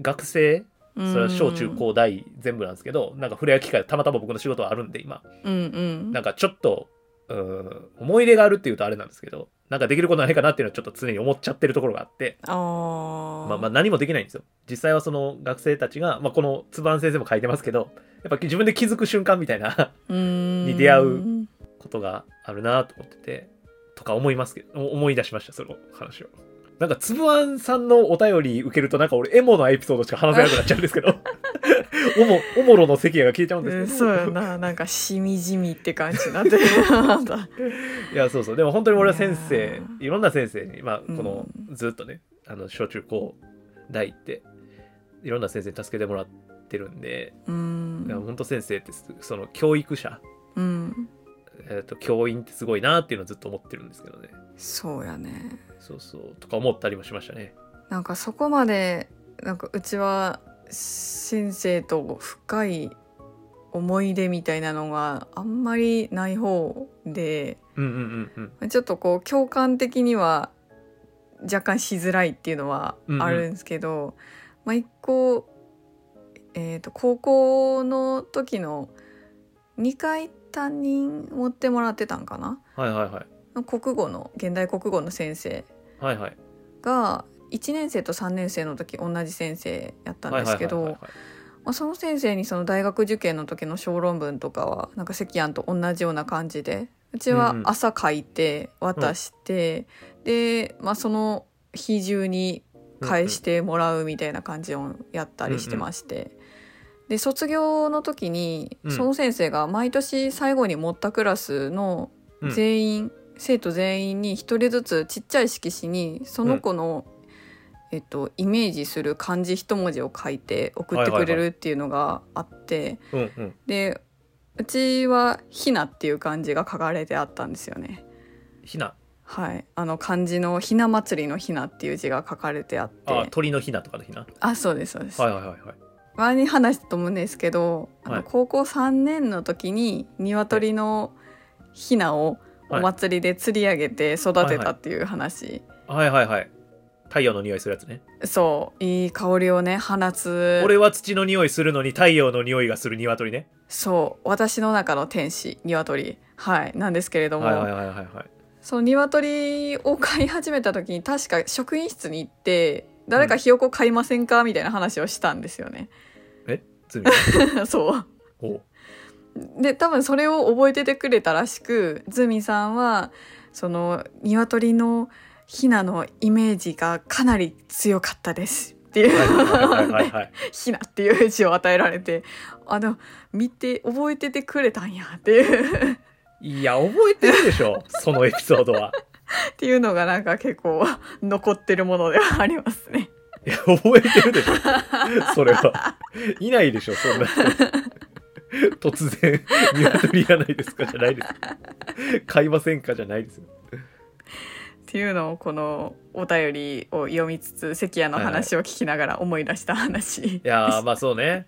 [SPEAKER 2] 学生それは小中高大全部なんですけどなんか触れ合う機会たまたま僕の仕事はあるんで今
[SPEAKER 1] うんうん
[SPEAKER 2] なんかちょっと、うーん、思い入れがあるっていうとあれなんですけど、なんかできることないかなっていうのはちょっと常に思っちゃってるところがあって、
[SPEAKER 1] あー
[SPEAKER 2] まあまあ何もできないんですよ。実際はその学生たちが、まあこのつばん先生も書いてますけど、やっぱ自分で気づく瞬間みたいな
[SPEAKER 1] うーん
[SPEAKER 2] に出会うことがあるなと思ってて、とか思いますけど、お思い出しました、その話を。なんかつぶあんさんのお便り受けるとなんか俺エモのエピソードしか話せなくなっちゃうんですけど おもおもろの関谷が消えちゃうん
[SPEAKER 1] う
[SPEAKER 2] で
[SPEAKER 1] ん
[SPEAKER 2] すけ
[SPEAKER 1] そ
[SPEAKER 2] ど、
[SPEAKER 1] うやな なんかしみじみって感じになってるなんだ
[SPEAKER 2] いやそうそうでも本当に俺はい
[SPEAKER 1] や
[SPEAKER 2] 先
[SPEAKER 1] ー
[SPEAKER 2] 生いろんな先生にまあこ
[SPEAKER 1] うん
[SPEAKER 2] の、ずっとねあの小中高大っていろんな先生に助けてもらってるんで、
[SPEAKER 1] う
[SPEAKER 2] いや
[SPEAKER 1] ん
[SPEAKER 2] 本当先生ってすその教育者、
[SPEAKER 1] うん
[SPEAKER 2] えー、と教員ってすごいなっていうのをずっと思ってるんですけどね
[SPEAKER 1] そうやね
[SPEAKER 2] そうそうとか思ったりもしましたね
[SPEAKER 1] なんかそこまでなんかうちは先生と深い思い出みたいなのがあんまりない方で
[SPEAKER 2] うんうんうんうん
[SPEAKER 1] ちょっとこう共感的には若干しづらいっていうのはあるんですけど、まあ一個、えー、と高校の時の2回担任持ってもらってたんかな
[SPEAKER 2] はいはいはい
[SPEAKER 1] の国語の現代国語の先生
[SPEAKER 2] はいはい
[SPEAKER 1] が1年生と3年生の時同じ先生やったん
[SPEAKER 2] はい
[SPEAKER 1] で
[SPEAKER 2] はい
[SPEAKER 1] す
[SPEAKER 2] はい
[SPEAKER 1] け
[SPEAKER 2] はい
[SPEAKER 1] どまあその先生にその大学受験の時の小論文とかはなんか関庵と同じような感じでうちは
[SPEAKER 2] うんうん
[SPEAKER 1] 朝書いて渡して、で、まあ、その日中に返してもらうみたいな感じをやったりしてまして。で卒業の時に
[SPEAKER 2] うん
[SPEAKER 1] その先生が毎年最後に持ったクラスの
[SPEAKER 2] うん
[SPEAKER 1] 全員、生徒全員に一人ずつちっちゃい色紙にその子の、えっと、イメージする漢字一文字を書いて送ってくれるっていうのがあって、
[SPEAKER 2] うんうん
[SPEAKER 1] でうちは「ひな」っていう漢字が書かれてあったんですよね。
[SPEAKER 2] ひな
[SPEAKER 1] はい、あの漢字の「ひな祭り」の「ひな」っていう字が書かれてあって
[SPEAKER 2] あ
[SPEAKER 1] あ
[SPEAKER 2] 鳥のひなとかのひな
[SPEAKER 1] そうですそうです。
[SPEAKER 2] はいはいはいはい
[SPEAKER 1] 前に話したと思うんですけど、あの
[SPEAKER 2] はい
[SPEAKER 1] 高校3年の時に鶏のひなをお祭りで釣り上げて育てたっていう話、
[SPEAKER 2] はいはいはい太陽の匂いするやつね。
[SPEAKER 1] そういい香りをね放つ
[SPEAKER 2] 俺は土の匂いするのに太陽の匂いがする鶏ね。
[SPEAKER 1] そう私の中の天使鶏はいなんですけれども、
[SPEAKER 2] はいはいはいはいはい。
[SPEAKER 1] その鶏を飼い始めた時に確か職員室に行って誰かひよこ飼いませんかみたいな話をしたんですよね。
[SPEAKER 2] え罪
[SPEAKER 1] そう
[SPEAKER 2] おう
[SPEAKER 1] で多分それを覚えててくれたらしくズミさんはその鶏のヒナのイメージがかなり強かったですってい
[SPEAKER 2] はいはいは
[SPEAKER 1] う
[SPEAKER 2] いはい。
[SPEAKER 1] ヒナっていう字を与えられてあの見て覚えててくれたんやっていう
[SPEAKER 2] いや、覚えてるでしょ。そのエピソードは。
[SPEAKER 1] っていうのがなんか結構残ってるものではありますね。
[SPEAKER 2] いや、覚えてるでしょ。それは。いないでしょ、そんな人。突然、鶏やないですかじゃないです。買いませんかじゃないですよ。
[SPEAKER 1] っていうのをこのお便りを読みつつ関谷の話を聞きながら思い出した話
[SPEAKER 2] いやー、まあそうね。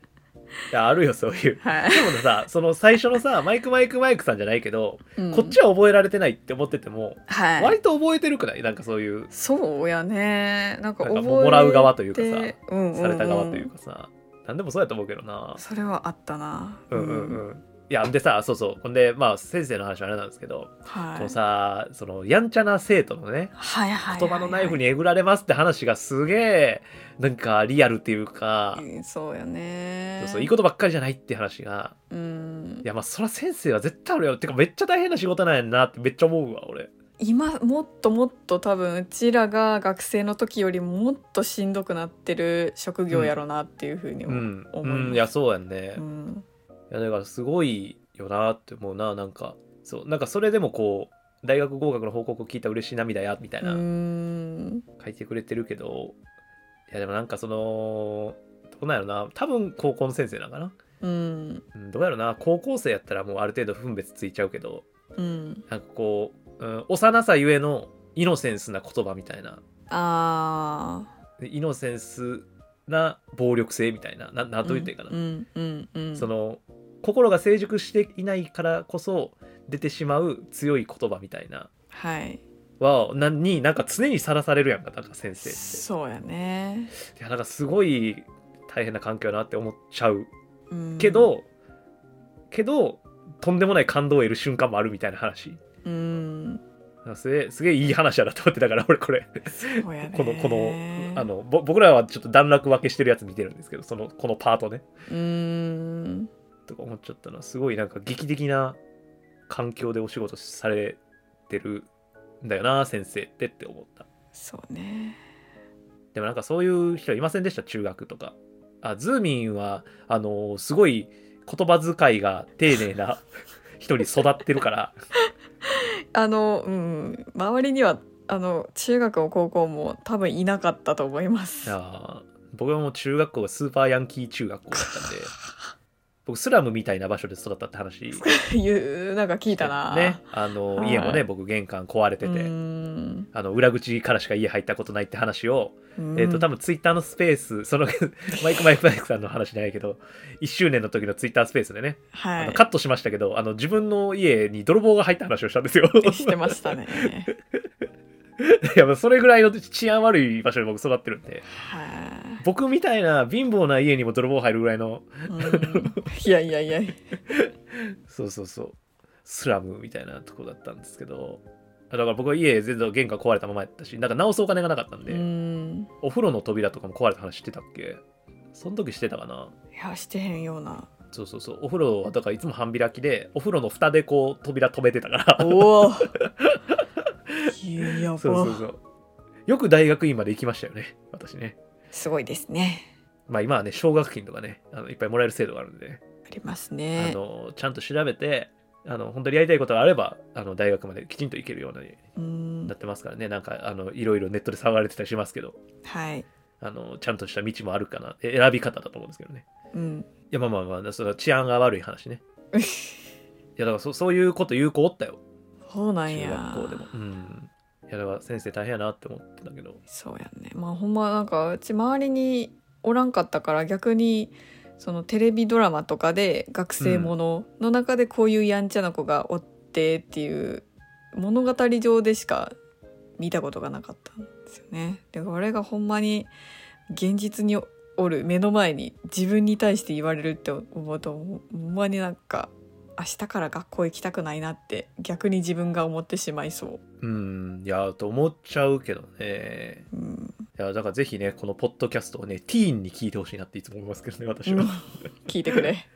[SPEAKER 2] いや、あるよ、そういう。
[SPEAKER 1] はい、
[SPEAKER 2] でもさ、その最初のさ、マイクマイクマイクさんじゃないけど、
[SPEAKER 1] うん
[SPEAKER 2] こっちは覚えられてないって思ってても、
[SPEAKER 1] はい
[SPEAKER 2] 割と覚えてるくないなんかそういう、
[SPEAKER 1] そうやねなんか
[SPEAKER 2] な
[SPEAKER 1] 覚
[SPEAKER 2] んか
[SPEAKER 1] え
[SPEAKER 2] ももらう側というかさ
[SPEAKER 1] てうんうんうん
[SPEAKER 2] された側というかさ、なんでもそうやと思うけどな。
[SPEAKER 1] それはあったな
[SPEAKER 2] うんうんうん。いや、でさ、そうそう。ほんで、まあ先生の話はあれなんですけど、
[SPEAKER 1] はい
[SPEAKER 2] このさそのやんちゃな生徒のね
[SPEAKER 1] はいはいはいはい
[SPEAKER 2] 言葉のナイフにえぐられますって話がすげえなんかリアルっていうか、
[SPEAKER 1] うんそうよね
[SPEAKER 2] そうそういいことばっかりじゃないって話が
[SPEAKER 1] うん
[SPEAKER 2] いやまあそら先生は絶対あるよってかめっちゃ大変な仕事なんやんなってめっちゃ思うわ俺
[SPEAKER 1] 今もっともっと多分うちらが学生の時よりもっとしんどくなってる職業やろなっていうふうに
[SPEAKER 2] う
[SPEAKER 1] 思う、
[SPEAKER 2] ん、う
[SPEAKER 1] 思います
[SPEAKER 2] ん、いやそうやんね、
[SPEAKER 1] う
[SPEAKER 2] い
[SPEAKER 1] ん
[SPEAKER 2] やだからすごいよなって思うななんかそうなんかそれでもこう大学合格の報告を聞いた嬉しい涙やみたいな、
[SPEAKER 1] うん
[SPEAKER 2] 書いてくれてるけどいやでもなんかそのどうなんやろな多分高校の先生なんかな
[SPEAKER 1] うん
[SPEAKER 2] うんどうやろな高校生やったらもうある程度分別ついちゃうけど
[SPEAKER 1] うん
[SPEAKER 2] なんかこう、うん、幼さゆえのイノセンスな言葉みたいな
[SPEAKER 1] ああ
[SPEAKER 2] でイノセンスな暴力性みたいなななんと言っていいかな、
[SPEAKER 1] うんうんうん
[SPEAKER 2] その心が成熟していないからこそ出てしまう強い言葉みたいな
[SPEAKER 1] はい
[SPEAKER 2] はなになんか常にさらされるやんかなんか先生っ
[SPEAKER 1] そうやね、
[SPEAKER 2] ていやなんかすごい大変な環境だなって思っちゃう
[SPEAKER 1] うん、
[SPEAKER 2] けど、けどとんでもない感動を得る瞬間もあるみたいな話
[SPEAKER 1] うん
[SPEAKER 2] あすげえすげえいい話やなと思ってだから俺これ
[SPEAKER 1] そうやね
[SPEAKER 2] このこのあのぼ僕らはちょっと段落分けしてるやつ見てるんですけどそのこのパートね
[SPEAKER 1] うん
[SPEAKER 2] とか思っちゃったのはすごいなんか劇的な環境でお仕事されてるんだよな先生ってって思った
[SPEAKER 1] そうね
[SPEAKER 2] でもなんかそういう人いませんでした中学とかあズーミンはあのすごい言葉遣いが丁寧 な人に育ってるから
[SPEAKER 1] あのうん周りにはあの中学も高校も多分いなかったと思いま
[SPEAKER 2] い
[SPEAKER 1] す
[SPEAKER 2] やー僕はもう中学校がスーパーヤンキー中学校だったんで僕スラムみたいな場所で育ったって話
[SPEAKER 1] いうなんか聞いたな
[SPEAKER 2] ねあの、
[SPEAKER 1] はい
[SPEAKER 2] 家もね僕玄関壊れて
[SPEAKER 1] う
[SPEAKER 2] て、
[SPEAKER 1] ん
[SPEAKER 2] あの裏口からしか家入ったことないって話を、
[SPEAKER 1] うん
[SPEAKER 2] えっ、と多分ツイッターのスペースその マイクマイクマイクさんの話じゃないけど1周年の時のツイッタースペースでね、
[SPEAKER 1] は
[SPEAKER 2] あの
[SPEAKER 1] い
[SPEAKER 2] カットしましたけどあの自分の家に泥棒が入った話をしたんですよ
[SPEAKER 1] してましたね
[SPEAKER 2] いやまあそれぐらいの治安悪い場所で僕育ってるんで
[SPEAKER 1] は
[SPEAKER 2] 僕みたいな貧乏な家にも泥棒入るぐらいの
[SPEAKER 1] い、うん、いやいやい や
[SPEAKER 2] そうそうそうスラムみたいなとこだったんですけどだから僕は家全然玄関壊れたままやったしなんか直すお金がなかったんで、
[SPEAKER 1] うん
[SPEAKER 2] お風呂の扉とかも壊れた話してたっけその時してたかない
[SPEAKER 1] やしてへんような
[SPEAKER 2] そうそうそうお風呂はだからいつも半開きでお風呂の蓋でこう扉止めてたから
[SPEAKER 1] おおいややば
[SPEAKER 2] そうそうそうよく大学院まで行きましたよね私ね
[SPEAKER 1] すごいですね
[SPEAKER 2] まあ今はね奨学金とかねあのいっぱいもらえる制度があるんでね、
[SPEAKER 1] ありますね
[SPEAKER 2] あのちゃんと調べてあの本当にやりたいことがあればあの大学まできちんと行けるように
[SPEAKER 1] うん
[SPEAKER 2] なってますからねなんかあのいろいろネットで騒がれてたりしますけど
[SPEAKER 1] はい
[SPEAKER 2] あのちゃんとした道もあるかなえ選び方だと思うんですけどね
[SPEAKER 1] うん
[SPEAKER 2] いやまあまあまあその治安が悪い話ねいやだからそそういうこと有効おったよ
[SPEAKER 1] そうなん
[SPEAKER 2] 中
[SPEAKER 1] や
[SPEAKER 2] 学校でもうんいやだから先生大変やなって思ってたけど
[SPEAKER 1] そうやねまあほんまなんかうち周りにおらんかったから逆にそのテレビドラマとかで学生ものの中でこういうやんちゃな子がおってっていう物語上でしか見たことがなかったんですですよね。でこれがほんまに現実におる目の前に自分に対して言われるって思うとほんまになんか明日から学校行きたくないなって逆に自分が思ってしまいそう。
[SPEAKER 2] うんいやと思っちゃうけどね
[SPEAKER 1] うん、
[SPEAKER 2] いやだからぜひねこのポッドキャストをねティーンに聞いてほしいなっていつも思いますけど ね私は、
[SPEAKER 1] うん聞いてく れ。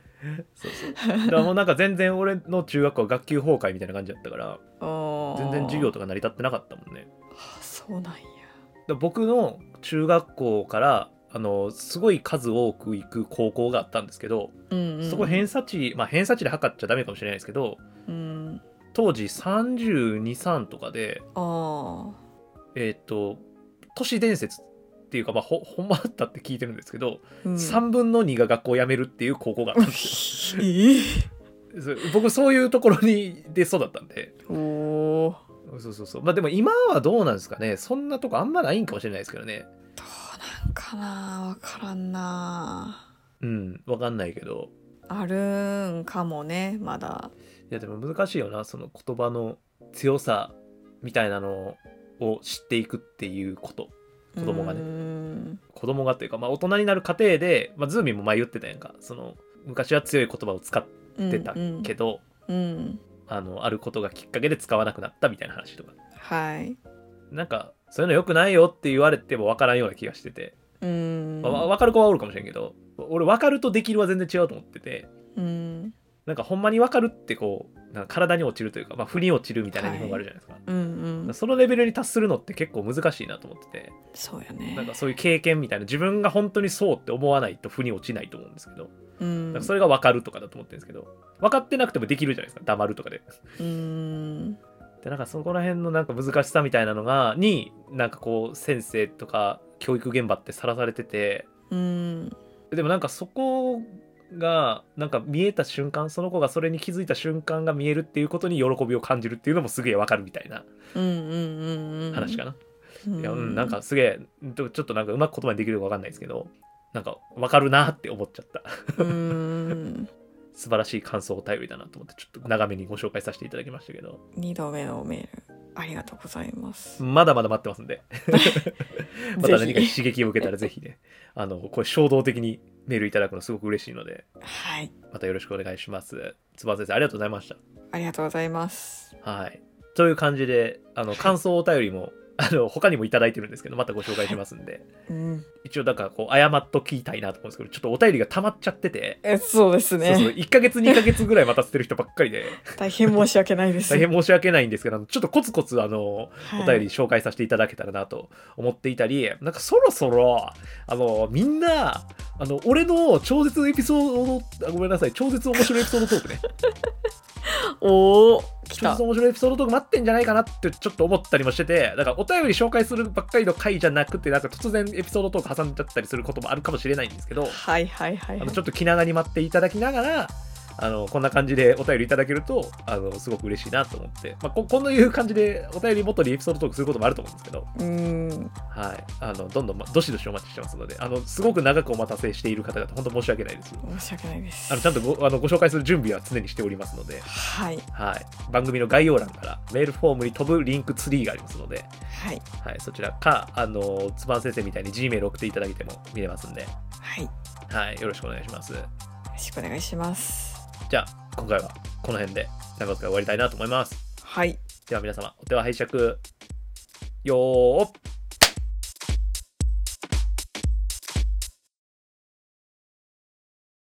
[SPEAKER 2] そうそうだからもうなんか全然俺の中学校は学級崩壊みたいな感じだったから
[SPEAKER 1] 全
[SPEAKER 2] 全然授業とか成り立ってなかったもんね
[SPEAKER 1] そうなんや。
[SPEAKER 2] だ僕の中学校からあのすごい数多く行く高校があったんですけど、
[SPEAKER 1] うんうん、
[SPEAKER 2] そこ偏差値まあ偏差値で測っちゃダメかもしれないですけど
[SPEAKER 1] うん、
[SPEAKER 2] 当時323とかで
[SPEAKER 1] あ
[SPEAKER 2] えっ、と都市伝説っていうかまあほほんまあったって聞いてるんですけど、
[SPEAKER 1] あ、うん、
[SPEAKER 2] 3分の2が学校を辞めるっていう高校があったんです
[SPEAKER 1] え
[SPEAKER 2] そう僕そういうところにで育ったんで
[SPEAKER 1] おおー
[SPEAKER 2] そうそうそうまあでも今はどうなんですかねそんなとこあんまないんかもしれないですけどね
[SPEAKER 1] どうなんかなわからんな
[SPEAKER 2] うんわかんないけど
[SPEAKER 1] あるんかもねまだ
[SPEAKER 2] いやでも難しいよなその言葉の強さみたいなのを知っていくっていうこと子供がね
[SPEAKER 1] ね
[SPEAKER 2] 子供がっていうか、まあ、大人になる過程で、まあ、ズーミンも前言ってたやんかその昔は強い言葉を使っ
[SPEAKER 1] 出
[SPEAKER 2] てたけど、
[SPEAKER 1] うん、うんうん
[SPEAKER 2] あのあることがきっかけで使わなくなったみたいな話とか
[SPEAKER 1] はい
[SPEAKER 2] なんかそういうの良くないよって言われても分からんような気がしてて、
[SPEAKER 1] うん、
[SPEAKER 2] まあ、分かる子はおるかもしれんけど俺分かるとできるは全然違うと思ってて
[SPEAKER 1] うん
[SPEAKER 2] なんかほんまに分かるってこうなんか体に落ちるというか、まあ、腑に落ちるみたいな
[SPEAKER 1] はい
[SPEAKER 2] 日本語あるじゃないですか。
[SPEAKER 1] うんうん
[SPEAKER 2] そのレベルに達するのって結構難しいなと思ってて
[SPEAKER 1] そうやね
[SPEAKER 2] なんかそういう経験みたいな自分が本当にそうって思わないと腑に落ちないと思うんですけど
[SPEAKER 1] うん
[SPEAKER 2] なんかそれが分かるとかだと思ってるんですけど分かってなくてもできるじゃないですか黙るとかで。
[SPEAKER 1] うん
[SPEAKER 2] でなんかそこら辺のなんか難しさみたいなのがになんかこう先生とか教育現場ってさらされてて
[SPEAKER 1] うん
[SPEAKER 2] でもなんかそこがなんか見えた瞬間その子がそれに気づいた瞬間が見えるっていうことに喜びを感じるっていうのもすげえ分かるみたいな
[SPEAKER 1] うんうんうんうん
[SPEAKER 2] 話かな。
[SPEAKER 1] うん
[SPEAKER 2] いやうんなんかすげえうんとちょっとなんかうまく言葉にできるか分かんないですけどなんか分かるなって思っちゃった
[SPEAKER 1] うん
[SPEAKER 2] 素晴らしい感想お便りだなと思ってちょっと長めにご紹介させていただきましたけど。
[SPEAKER 1] 二度目のメールありがとうございます
[SPEAKER 2] まだまだ待ってますんで。また何か刺激を受けたらぜひね、あの、これ衝動的にメールいただくのすごく嬉しいので、
[SPEAKER 1] はい
[SPEAKER 2] またよろしくお願いします。つば先生、ありがとうございまし
[SPEAKER 1] ありがとうございます
[SPEAKER 2] た。はい。という感じで、あの、感想お便りも、あの、他にもいただいてるんですけど、またご紹介しますんで、
[SPEAKER 1] うん
[SPEAKER 2] 一応だからこう、謝っときたいなと思うんですけど、ちょっとお便りが溜まっちゃってて、
[SPEAKER 1] えそうですね
[SPEAKER 2] そうそう、1ヶ月2ヶ月ぐらい待たせてる人ばっかりで、
[SPEAKER 1] 大変申し訳ないです
[SPEAKER 2] 大変申し訳ないんですけど、あのちょっとコツコツ、あの、お
[SPEAKER 1] はい
[SPEAKER 2] 便り紹介させていただけたらなと思っていたり、なんかそろそろ、あの、みんな、あの、俺の超絶エピソード、あごめんなさい、超絶面白いエピソードトークね。
[SPEAKER 1] おお来
[SPEAKER 2] 超
[SPEAKER 1] た
[SPEAKER 2] 絶面白いエピソードトーク待ってんじゃないかなってちょっと思ったりもしてて、だからお便り紹介するばっかりの回じゃなくて、なんか突然エピソードトーク挟んじゃったりすることもあるかもしれないんですけど、
[SPEAKER 1] はいはいはい
[SPEAKER 2] あ
[SPEAKER 1] は
[SPEAKER 2] の、
[SPEAKER 1] い
[SPEAKER 2] ちょっと気長に待っていただきながら、あのこんな感じでお便りいただけるとあのすごく嬉しいなと思って、まあ、ここういう感じでお便り元にエピソードトークすることもあると思うんですけど
[SPEAKER 1] うーん
[SPEAKER 2] はい、あのどんどん、ま、どしどしお待ちしてますのであのすごく長くお待たせしている方々本当申し訳ないです
[SPEAKER 1] 申し訳ないです
[SPEAKER 2] あのちゃんとごあのご紹介する準備は常にしておりますので、
[SPEAKER 1] はい
[SPEAKER 2] はい、番組の概要欄からメールフォームに飛ぶリンクツリーがありますので、
[SPEAKER 1] はい
[SPEAKER 2] はい、そちらかあのつばん先生みたいに G メール送っていただいても見れますんで、
[SPEAKER 1] はいよ
[SPEAKER 2] はい、よろしくお願いします
[SPEAKER 1] ろしくお願いします
[SPEAKER 2] じゃあ今回はこの辺で長塚終わりたいなと思います
[SPEAKER 1] はい
[SPEAKER 2] では皆様お手は拝借よーっ